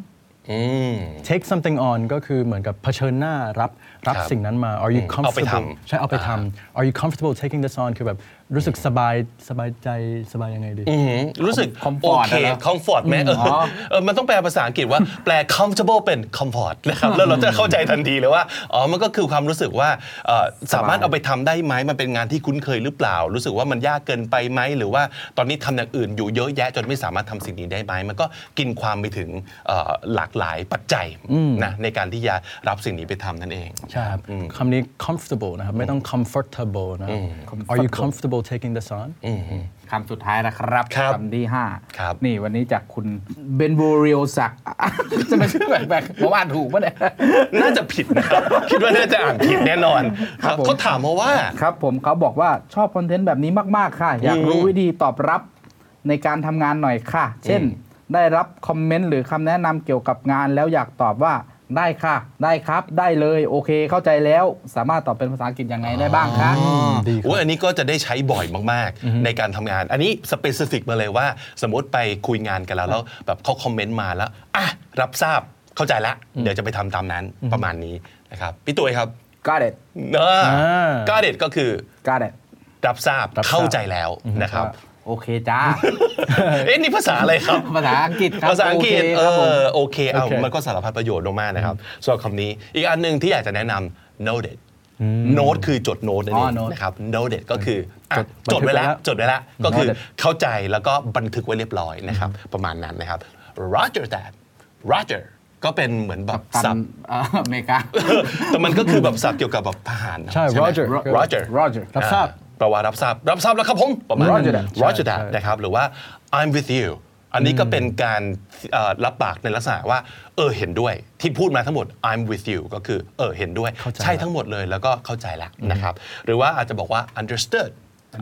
S2: อืม
S3: take something on ก็คือเหมือนกับเผชิญหน้ารับรับ
S2: ครับ
S3: สิ่งนั้นมา are you
S2: อืมเอาไป
S3: comfortable
S2: ทำ
S3: ใช่เอาไปทำ are you comfortable taking this on คือแบบรู้สึกสบายสบายใจสบายยังไงดี
S2: อืมรู้สึก
S4: comfort
S2: โอเค
S4: อะนะ
S2: comfort ไหมเอออเออมันต้องแปลภาษาอังกฤษว่า แปล comfortable เป็น comfort นะครับแล้วเราจะเข้าใจทันทีเลยว่าอ๋อมันก็คือความรู้สึกว่าเอ่อสามารถเอาไปทำได้ไหมมันเป็นงานที่คุ้นเคยหรือเปล่า รู้สึกว่ามันยากเกินไปไหมหรือว่าตอนนี้ทำอย่างอื่นอยู่เยอะแยะจนไม่สามารถทำสิ่งนี้ได้ไหมมันก็กินความไปถึงเอ่อหลากหลายปัจจัยนะในการที่จะรับสิ่งนี้ไปทำนั่นเอง
S3: ใช่ครับคำนี้ comfortable นะครับ ไม่ต้อง comfortable นะครับ are you comfortable taking this on
S4: คำสุดท้ายนะครับ
S2: ครับ
S4: ที่ห้า
S2: ครับ
S4: นี่วันนี้จากคุณเบนบูเรียวศักดิ์ จะไม่ชื่อแปลกๆผมอ่านถูกปะเนี่ย
S2: น่าจะผิดนะครับคิดว่าน่าจะอ่านผิดแน่นอนครับเขาถามมาว่า
S4: ครับผมเขาบอกว่าชอบคอนเทนต์แบบนี้มาก ๆ ค่ะ อยากรู้วิธีตอบรับในการทำงานหน่อยค่ะ เช่น ได้รับคอมเมนต์หรือคำแนะนำเกี่ยวกับงานแล้วอยากตอบว่า ได้ค่ะ ได้ครับ ได้เลย โอเค เข้าใจแล้ว สามารถตอบเป็นภาษาอังกฤษยังไงได้บ้างคะ
S2: อ๋อ
S3: ดีครับ
S2: โอ้ยอันนี้ก็จะได้ใช้บ่อยมาก ๆ ในการทำงาน อันนี้สเปซิฟิกมาเลยว่า สมมติไปคุยงานกันแล้วแล้วแบบเขาคอมเมนต์มาแล้วอ่ะรับทราบเข้าใจละเดี๋ยวจะไปทำตามนั้นประมาณนี้นะครับพี่ตุ้ยครับ
S4: got it
S2: เนอะ
S3: อ่า
S2: ก็เด็ดก็คือ
S4: got it
S2: รับทราบ
S3: รับทราบ
S2: เข้าใจแล้วนะครับ
S4: โอเคจ้า
S2: เอ๊ะนี่ภาษาอะไรครับ
S4: ภาษาอังกฤษครับ
S2: ภาษาอังกฤษ
S4: โเค
S2: เอ
S4: ครับผม
S2: อโอเคเอา
S3: โอเค
S2: มันก็สารพัดประโยชน์มากๆนะครับสำหรับคำนี้ อีกอันหนึ่งที่อยากจะแนะนำ noted note คือจดโน้ตนั่นเอ
S4: อ๋อ note
S2: งนะครับ noted ก็คืออ่ะ
S3: จ
S2: จด
S3: ดบันทึก
S2: ไว้แล้ว
S3: ไว้แล้ว
S2: จดไว้แล้วก็คือ
S4: noted
S2: เข้าใจแล้วก็บันทึกไว้เรียบร้อยนะครับ ประมาณนั้นนะครับ roger that roger ก็เป็นเหมือนแบบ
S4: กั
S2: สั
S4: น
S2: บ
S4: เอ่ออเมริกา
S2: แต่มันก็คือแบบสับเกี่ยวกับแบบทหารนะ
S3: ใช่
S2: ไหม
S3: Roger
S2: Roger
S4: Roger
S3: รับทราบ
S2: อ่แปลว่ารับทราบ รับทราบแล้วครับผมประมาณนั้น
S4: Roger that
S2: Roger
S3: ใช่
S2: that นะครับ หรือว่า I'm with you อันนี้ก็เป็นการเอ่อรับปากในลักษณะว่า เออเห็นด้วยที่พูดมาทั้งหมด I'm with you ก็คือเออเห็นด้วย ใช่ทั้งหมดเลยแล้วก็เข้าใจแล้วนะครับ หรือว่าอาจจะบอกว่า understood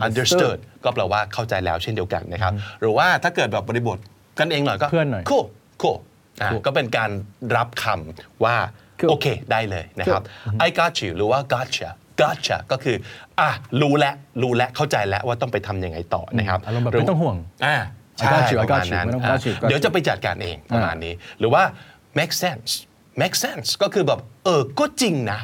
S2: understood ก็แปลว่าเข้าใจแล้วเช่นเดียวกันนะครับ หรือว่าถ้าเกิดแบบบริบทกันเองหน่อยก็
S3: เพื่อนหน่อย
S2: cool cool อ่ะก็เป็นการรับคำว่า
S4: Cool
S2: โอเค ได้เลยนะครับ I got you หรือว่า gotcha gotcha ก็คือ อ่ะ รู้แล้ว รู้แล้ว เข้าใจแล้วว่าต้องไปทำยังไงต่อนะครับ
S3: อารมณ์แบบ
S2: ห
S3: ไม่ต้องห่วง
S2: อ่า
S3: I
S2: ใช่
S3: got you I
S2: ประมา
S3: got
S2: ณ
S3: you
S2: นั้น
S3: ไม่ต้อง
S2: อ่ะ
S4: got you got you
S2: เดี๋ยวจะไปจัดการเองประมาณนี้ หรือว่า make sense make sense ก็คือแบบ เออ ก็จริงนะ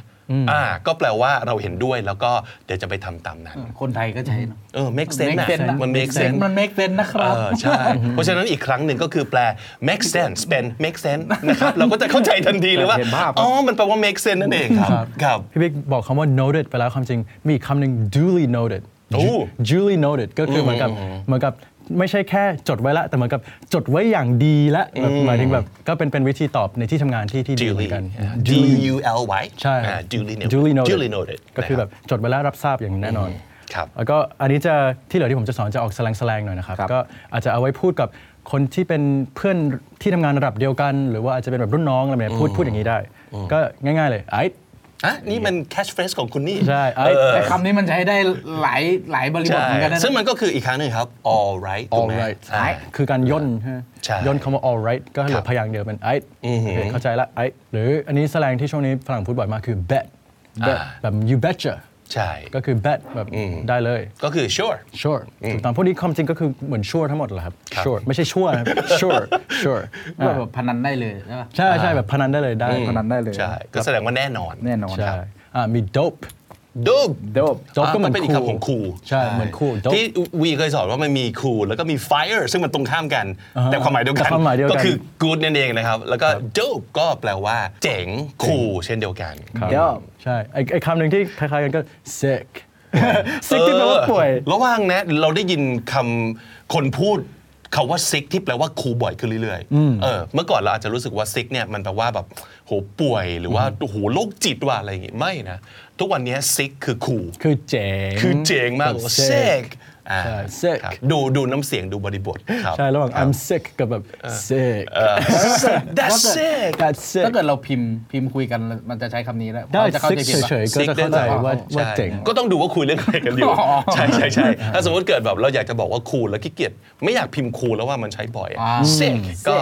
S2: อ่า ก็แปลว่าเราเห็นด้วยแล้วก็เดี๋ยวจะไปทำตามนั้น
S4: คนไทยก็ใช้เนอะ
S2: เออ make sense นะ
S4: sense ะ
S2: มัน make sense
S4: มัน make sense นะครับ
S2: เออใช่ เพราะฉะนั้นอีกครั้งหนึ่งก็คือแปล make sense เป็น make sense นะครับ เราก็จะเข้าใจทันทีเลยว่า
S4: เห็นภาพครับ
S2: อ๋อ มันแปลว่า make sense นั่นเองครับ ครับ
S3: พี่บิ๊กบอกคำว่า noted ไปแล้วความจริง มีอีกคำหนึ่ง duly noted
S2: โอ้
S3: duly noted ก็คือเหมือนกับเหมือนกับไม่ใช่แค่จดไว้ละ แต่เหมือนกับจดไว้อย่างดีและแบบหมายถึงแบบก็เป็นเป็นวิธีตอบในที่ทำงานที่ที่ดีเหมื
S2: duly
S3: อนกัน
S2: อ่า D U L Y
S3: ใช่
S2: อ่า duly noted
S3: duly noted
S2: duly noted
S3: ก็คือแบบ
S2: นะ
S3: จดไว้แล้วรับทราบอย่างแน่นอน
S2: ครับ
S3: แล้วก็อันนี้จะที่เหลือที่ผมจะสอนจะออกแสลงแสลงหน่อยนะครับ
S4: ครับ
S3: ก็อาจจะเอาไว้พูดกับคนที่เป็นเพื่อนที่ทำงานระดับเดียวกัน หรือว่าอาจจะเป็นแบบรุ่นน้องอะไรแบบนี้พูดพูดอย่างนี้ได้ ก็ง่ายๆเลยไอ้
S2: ครับอ่ะนี่มัน catch phrase ของคุณนี่
S3: ใช่ไอ้
S2: เออ
S4: แต่คำนี้มันใช้ได้หลายหลายบริบท
S2: ใช่
S4: เหมือนกันนะ
S2: ซึ่งมันก็คืออีกครั้งหนึ่งครับ all right ถูก
S3: all
S2: ไหม
S3: right
S2: อ่า
S3: คือการย่นฮะ
S2: ใช่
S3: ย่นคำว่า all right ก็เหลือพยางค์เดียวเป็นไอ้เข้าใจละไอ้หรืออันนี้แสลงที่ช่วงนี้ฝรั่งพูดบ่อยมากคือ bet bet
S2: อ่า
S3: แบบ you betcha
S2: ใช่
S3: ก็คือ bet แบบได้เลย
S2: ก็คือ sure
S3: sure ถูกตามพวกนี้ความจริงก็คือเหมือนชั่วทั้งหมดแหละครับ
S2: ครับ
S3: sure ไม่ใช่ชั่วนะครับ sure sure
S4: แบ
S3: อ่า
S4: บพนันได้เลยใช่ปะ
S3: ใช่ใช่แบบพนันได้เลยได้
S4: พนันได้เลย
S2: ใช่ ก็แสดงว่าแน่นอน
S4: แน่นอน
S3: ใช่อ่ามี dope
S2: dope
S4: โดบ
S3: dope ก็เหมือน
S2: เป็นอีกคำของคู
S3: ใช่ เหมือนคู dope
S2: ที่วีเคยสอนว่ามันมีคูแล้วก็มี fire ซึ่งมันตรงข้ามกัน
S3: อ่า
S2: แต่ความหมายเดียวกั
S3: แต่
S2: น
S3: ความหมายเดียวกัน
S2: ก็คือ good นั่นเองนะครับ แล้วก็ dope ก็แปลว่าเจ๋งคูลเช่นเดียวกัน
S3: ครับ
S4: เดี๋ยว
S3: ใช่ไอ้ไอ้คำหนึ่งที่คล้ายๆกันก็ sick sick ที่แปลว่าป่วย
S2: เออระว่างนะ เราได้ยินคำคนพูดคาว่าซิกที่แปลว่าครูบ่อยขึ้นเรื่อยๆเออเมื่อก่อนเราอาจจะรู้สึกว่าซิกเนี่ยมันแปลว่าแบบโหป่วยหรือว่าโหโรคจิตว่าอะไรอย่างงี้ไม่นะทุกวันนี้ซิกคือครู
S3: คือเจ๋ง
S2: คือเจ๋งมาก
S3: แบบ
S2: โอ้
S3: sick
S2: sick อ่า
S3: ใช่ sick
S2: ครับดูดูน้ำเสียงดูบริบทครับ
S3: ใช่ระหว่าง I'm sick กับแบบ sick
S2: เออ sick that's sick
S3: that's sick
S4: ถ้าเกิดเราพิมพ์พิมพ์คุยกันมันจะใช้คำนี้แล้ว
S3: ได้
S4: เราจะเข้า
S3: sick
S4: ใจผิด
S3: เฉย
S4: ปะ
S3: ๆก็จะเข้าใจว่าว่าเจ๋ง
S2: ก็ต้องดูว่าคุยเรื่องอะไรกันอยู่
S4: อ๋อ
S2: ใช่ใช่ใช่ถ้าสมมติเกิดแบบเราอยากจะบอกว่าคูลแล้วขี้เกียจไม่อยากพิมพ์คูลแล้วว่ามันใช้บ่อยอะ sick ก็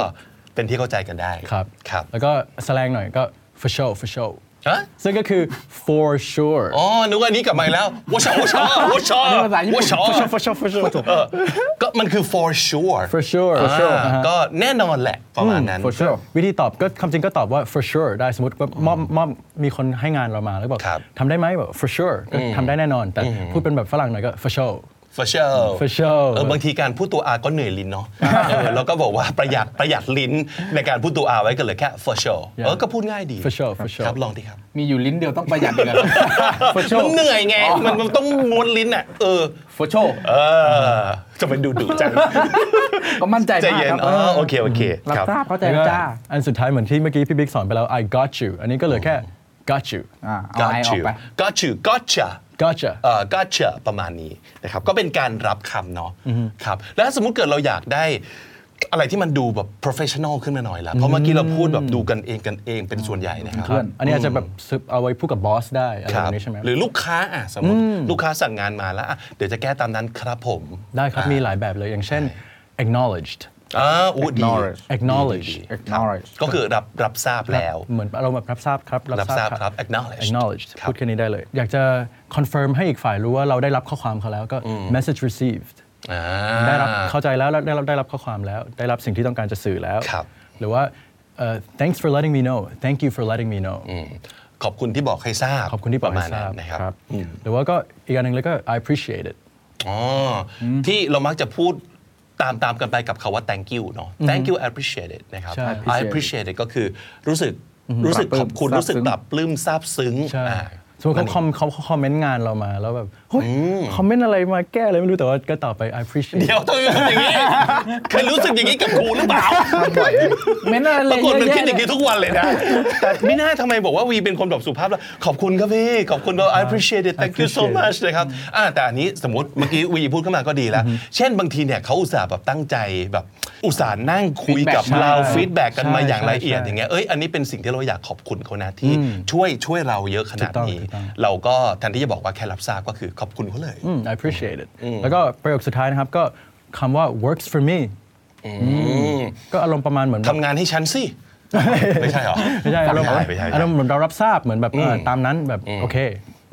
S2: เป็นที่เข้าใจกันได้
S3: ครับ
S2: ครับ
S3: แล้วก็แสลงหน่อยก็ for sure for sure
S2: ฮะ
S3: ซึ่งก็คือ for sure
S2: อ๋อนึกว่าอันนี้กลับมาอีกแล้ววชอวชอวชอ
S4: นี่ภาษาญี่ปุ่น
S2: วชอ
S3: for sure for sure
S2: เออก็มันคือ for sure
S3: for sure
S2: อ่าก็แน่นอนแหละประมาณนั้น
S3: for sure วิธีตอบก็คำจริงก็ตอบว่า for sure ได้สมมติว่ามอบมอบมีคนให้งานเรามาแล้วบอก
S2: ครับ
S3: ทำได้ไหมบอก for sure ก็ทำได้แน่นอน แต่พูดเป็นแบบฝรั่งหน่อยก็ for sure
S2: for sure
S3: for sure
S2: เออบางทีการพูดตัว R ก็เหนื่อยลิ้น เนาะเออแล้วก็บอกว่าประหยัดประหยัดลิ้นในการพูดตัว R ไว้ก็เหลยแค่ for sure เออก็พูดง่ายดี
S3: for sure for sure
S2: ครับลองดีครับ
S4: มีอยู่ลิ้นเดียวต้องประหยัดอี กแล้ว
S3: for
S2: มั
S3: sure
S2: น เหนื่อยไง มันมันต้องม้วนลิ้นอ่ะ เออ
S4: โฟโช
S2: เออจะเป็นดูดุ จัง
S4: ก็มั่นใจ
S2: ใจ
S4: มาก
S2: เย็น
S4: ครับ
S2: อ๋อโอเค โอเค
S4: รั
S2: ค
S4: บ
S2: รับ
S4: ทราบเข้าใจ
S3: แล้ว
S4: แล้
S3: ก็
S4: วจ้า
S3: อันสุดท้ายเหมือนที่เมื่อกี้พี่บิ๊กสอนไปแล้ว I got you อันนี้ก็เหลือแค่ got you
S4: อ่าเอา
S2: got
S4: ไอออก
S2: you
S4: ไป
S2: got you gotcha
S3: gotcha
S2: เอ่อ gotcha ประมาณนี้นะครับ ก็เป็นการรับคำเนาะครับ แล้วสมมุติเกิดเราอยากได้อะไรที่มันดูแบบ professional ขึ้นมาหน่อยละเพราะเมื่อกี้เราพูดแบบดูกันเองกันเองเป็นส่วนใหญ่นะครับ
S3: ครับอันนี้อาจจะแบบซึบเอาไว้พูดกับบอสได้อะไร
S2: ค
S3: แบ
S2: รับบ
S3: นี้ใช่ไหม
S2: หรือลูกค้าอ่ะสมมติลูกค้าสั่งงานมาแล้วอ่ะเดี๋ยวจะแก้ตามนั้นครับผม
S3: ได้ครับ มีหลายแบบเลยอย่างเช่น acknowledged
S2: อ่าอู้ดี
S4: Acknowledge
S2: ดี
S3: Acknowledge
S2: ดีดี
S4: acknowledge
S2: ก็คือรับรับทราบแล้ว
S3: เหมือนเราแบบรับทราบครับ
S2: รับทราบครับ acknowledged
S3: acknowledged
S2: ครับ
S3: พูดแค่นี้ได้เลย อยากจะ confirm ให้อีกฝ่ายรู้ว่าเราได้รับข้อความเขาแล้วก็ message received
S2: อ่า
S3: ได้รับเข้าใจแล้วแล้วได้รับได้รับข้อความแล้ว ได้รับสิ่งที่ต้องการจะสื่อแล้ว
S2: ครับ
S3: หรือว่าเอ่อ thanks for letting me know thank you for letting me know
S2: ขอบคุณที่บอกให้ทราบ
S3: ขอบคุณที่บอกให้ทรา
S2: ปะมณ
S3: บ
S2: นั้นนะครับ
S3: หรือว่าก็อีกอันหนึ่งเลยก็ I appreciate it
S2: อ๋ออที่เรามักจะพูดตามตามกันไปกับคาว่า thank you เนาะ thank you I appreciate it นะครับ
S3: ใช่
S2: I appreciate it ก็คือรู้สึกรู้สึก
S4: ป
S2: ข
S4: ลา
S2: อบ
S4: ปลื้ม
S2: คุณ
S4: ซาบ
S2: รู้สึก
S4: ซึ้ง
S2: ปรับปลื้มซาบซึ้ง
S3: ใช่
S2: อ่า
S3: สมมติเขา
S2: นั่นเอง
S3: คอมเขาคอมเมนต์งานเรามาแล้วแบบเฮ้ยคอมเมนต์อะไรมาแก้อะไรไม่รู้แต่ว่าก็ตอบไป I appreciate
S2: เดี๋ยวต้องรู้สึกอย่างนี้ เคยรู้สึกอย่างนี้กับครูหรือเปล่า
S4: เม้นอะไร
S2: ปรากฏมัน
S4: เยอะ
S2: คิดอ
S4: แยะเล
S2: ย่าง
S4: ย
S2: นี้ทุกวันเลยนะ แต่ไม่น่าทำไมบอกว่าวีเป็นคนแบบสุภาพแล้ว ขอบคุณครับพี่ ขอบคุณเรา I appreciate it thank you so
S3: appreciate
S2: much นะครับอ่าแต่อันนี้สมมติเมื่อกี้วีพูดขึ้นมาก็ดีแล้ว เช่นบางทีเนี่ยเขาอุตส่าห์แบบตั้งใจแบบอุตส่าห์นั่งคุยกับเรา
S3: ใช่
S2: ฟีดแบ็กกันมา
S3: ใช่
S2: อย่างละเอียด
S3: ใช่
S2: อย่างเงี้ย เอ้ยอันนี้เป็นสิ่งที่เราอยากขอบคุณเขานะที่ช่วยช่วยเราเยอะขนาด
S3: ถูกต้อง
S2: นี้
S3: ถูกต้อง
S2: เราก็แทนที่จะบอกว่าแค่รับทราบก็คือขอบคุณเขาเลย
S3: อืม I appreciate it แล้วก็ประโยคสุดท้ายนะครับก็คำว่า works for me ก็อารมณ์ประมาณเหมือนแบบ
S2: ทำงานให้ฉันสิ ไม่ใช่เหรอ
S3: ไม่ใช่อารมณ์
S2: ไม่ใช่ไม่ใช่
S3: อารมณ์เหมือนเรารับทราบเหมือนแบบเอออตามนั้นแบบโอเค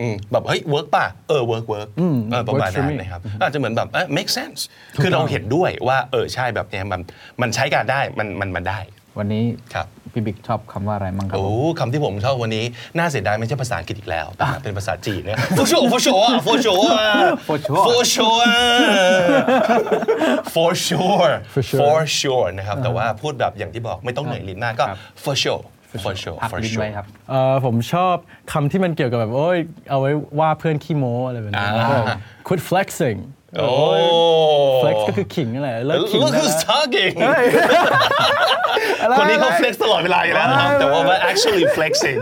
S2: อืมแบบ เฮ้ย เวิร์กป่ะ เออ เวิร์กเวิร์กเออประมาณ
S3: works for
S2: นั้น
S3: me
S2: นะครับ อาจจะเหมือนแบบเออ make sense คือเราเห็นด้วยว่า เออ ใช่แบบเนี้ยมันมันใช้การได้ มันมันมันได้
S4: วันนี้
S2: ครับ
S4: พี่บิ๊กชอบคำว่าอะไรมั้งครับ
S2: โอ้
S4: ผม
S2: คำที่ผมชอบวันนี้ น่าเสียดายไม่ใช่ภาษาอังกฤษอีกแล้วแต่เป็นภาษาจีนเนี่ย for sure for sure อะ for sure อะ for
S4: For sure
S2: sure อะ for sure
S3: For sure
S2: for sure นะครับ แต่ว่าพูดแบบอย่างที่บอกไม่ต้องเหนื่อยลิ้นมากก็ for sure for sure
S4: พัก
S2: for
S4: ลิ้น
S2: sure
S4: ไว้ครับ
S3: เอ่อผมชอบคำที่มันเกี่ยวกับแบบ โอ้ย เอาไว้ว่าเพื่อนขี้โม้อะไรแบบนี้
S2: อ่า
S3: แบบ quit flexing
S2: โอ้
S3: flex ก็คือขิงนั่นแหละเลิกขิง
S2: Look
S3: ได้
S2: who's
S3: แล้ว
S2: talking
S3: อะไร
S2: คนนี้เขา
S3: อะไร
S2: flex ตลอดเวลาอยู่แล้วนะครับ แต่ว่ามัน actually flexing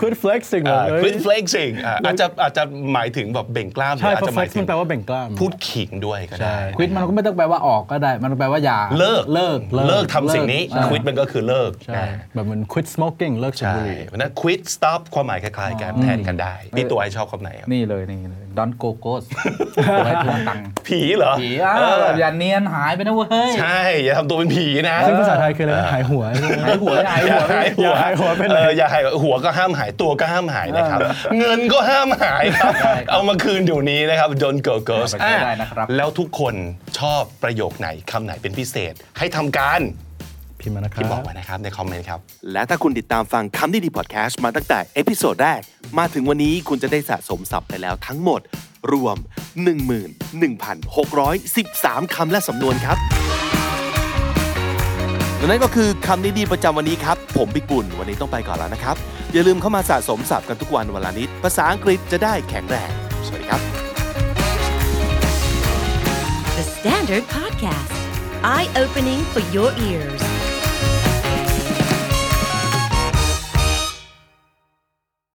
S3: quit flexing
S2: อ่า
S3: เลย
S2: quit flexing อ่าอาจจะอาจจะหมายถึงแบบเบ่งกล้ามหรื
S3: ใช่
S2: ออาจ
S3: เพราะ
S2: จะหมา
S3: flex
S2: ยถึ
S3: มั
S2: ง
S3: นแปลว่าแบ่งกล้าม
S2: พูดขิงด้วยก็ได้
S4: ควิดมันก็ไม่ต้องแปลว่าออกก็ได้ มันแปลว่าอย่า
S2: เลิก
S4: เลิก
S2: เลิกทำสิ่งนี้
S4: เลิก
S2: quit มันก็คือเลิก
S3: ใช่
S2: อ่า
S3: แบบเหมือน quit smoking เลิกสูบ
S2: ใช่
S3: บุหรี่
S2: เพราะฉะนั้น quit stop ความหมายคล้ายๆกันแทนกันได้ นี่ตัวไอชอบคำไหนครับ
S4: นี่เลยนี่เลยดอนโกโก้ส ไว้ทวงตังค์
S2: ผีเหรอ
S4: ผีอ่ะ
S2: เออ
S4: อย่าเนียนหายไปนะเว้ย
S2: ใช่ อย่าทำตัวเป็นผีนะ
S3: ซึ่งภาษาไทยคืออะไรนะหายหัว
S4: หายหัวหาย
S2: อย่า
S4: หัว
S2: หายหัว
S3: อย่าหายหัวไปไหน
S2: เอออย่าหายหัวก็ห้ามหายตัวก็ห้ามหายนะครับ เงินก็ห้ามหายครับ เอามาคืนเดี๋ยวนี้นะครับ don't go g i r l
S4: ไปใช้ได้นะครับ
S2: แล้วทุกคนชอบประโยคไหนคำไหนเป็นพิเศษ ให้ทำการ
S3: พิมพ์มานะครับ
S2: ที่บอกไว้นะครับในคอมเมนต์ครับ
S5: และถ้าคุณติดตามฟังคำดีดีพอดแคสต์มาตั้งแต่เอพิโซดแรก มาถึงวันนี้คุณจะได้สะสมศัพท์ไปแล้วทั้งหมด รวม 11,613 คำและสำนวนครับและนั่นก็คือคำดีดีประจำวันนี้ครับ ผมบิ๊กบุญ วันนี้ต้องไปก่อนแล้วนะครับ อย่าลืมเข้ามาสะสมศัพท์กันทุกวันวันละนิด ภาษาอังกฤษจะได้แข็งแรง สวัสดีครับ
S1: The Standard Podcast, eye opening for your ears.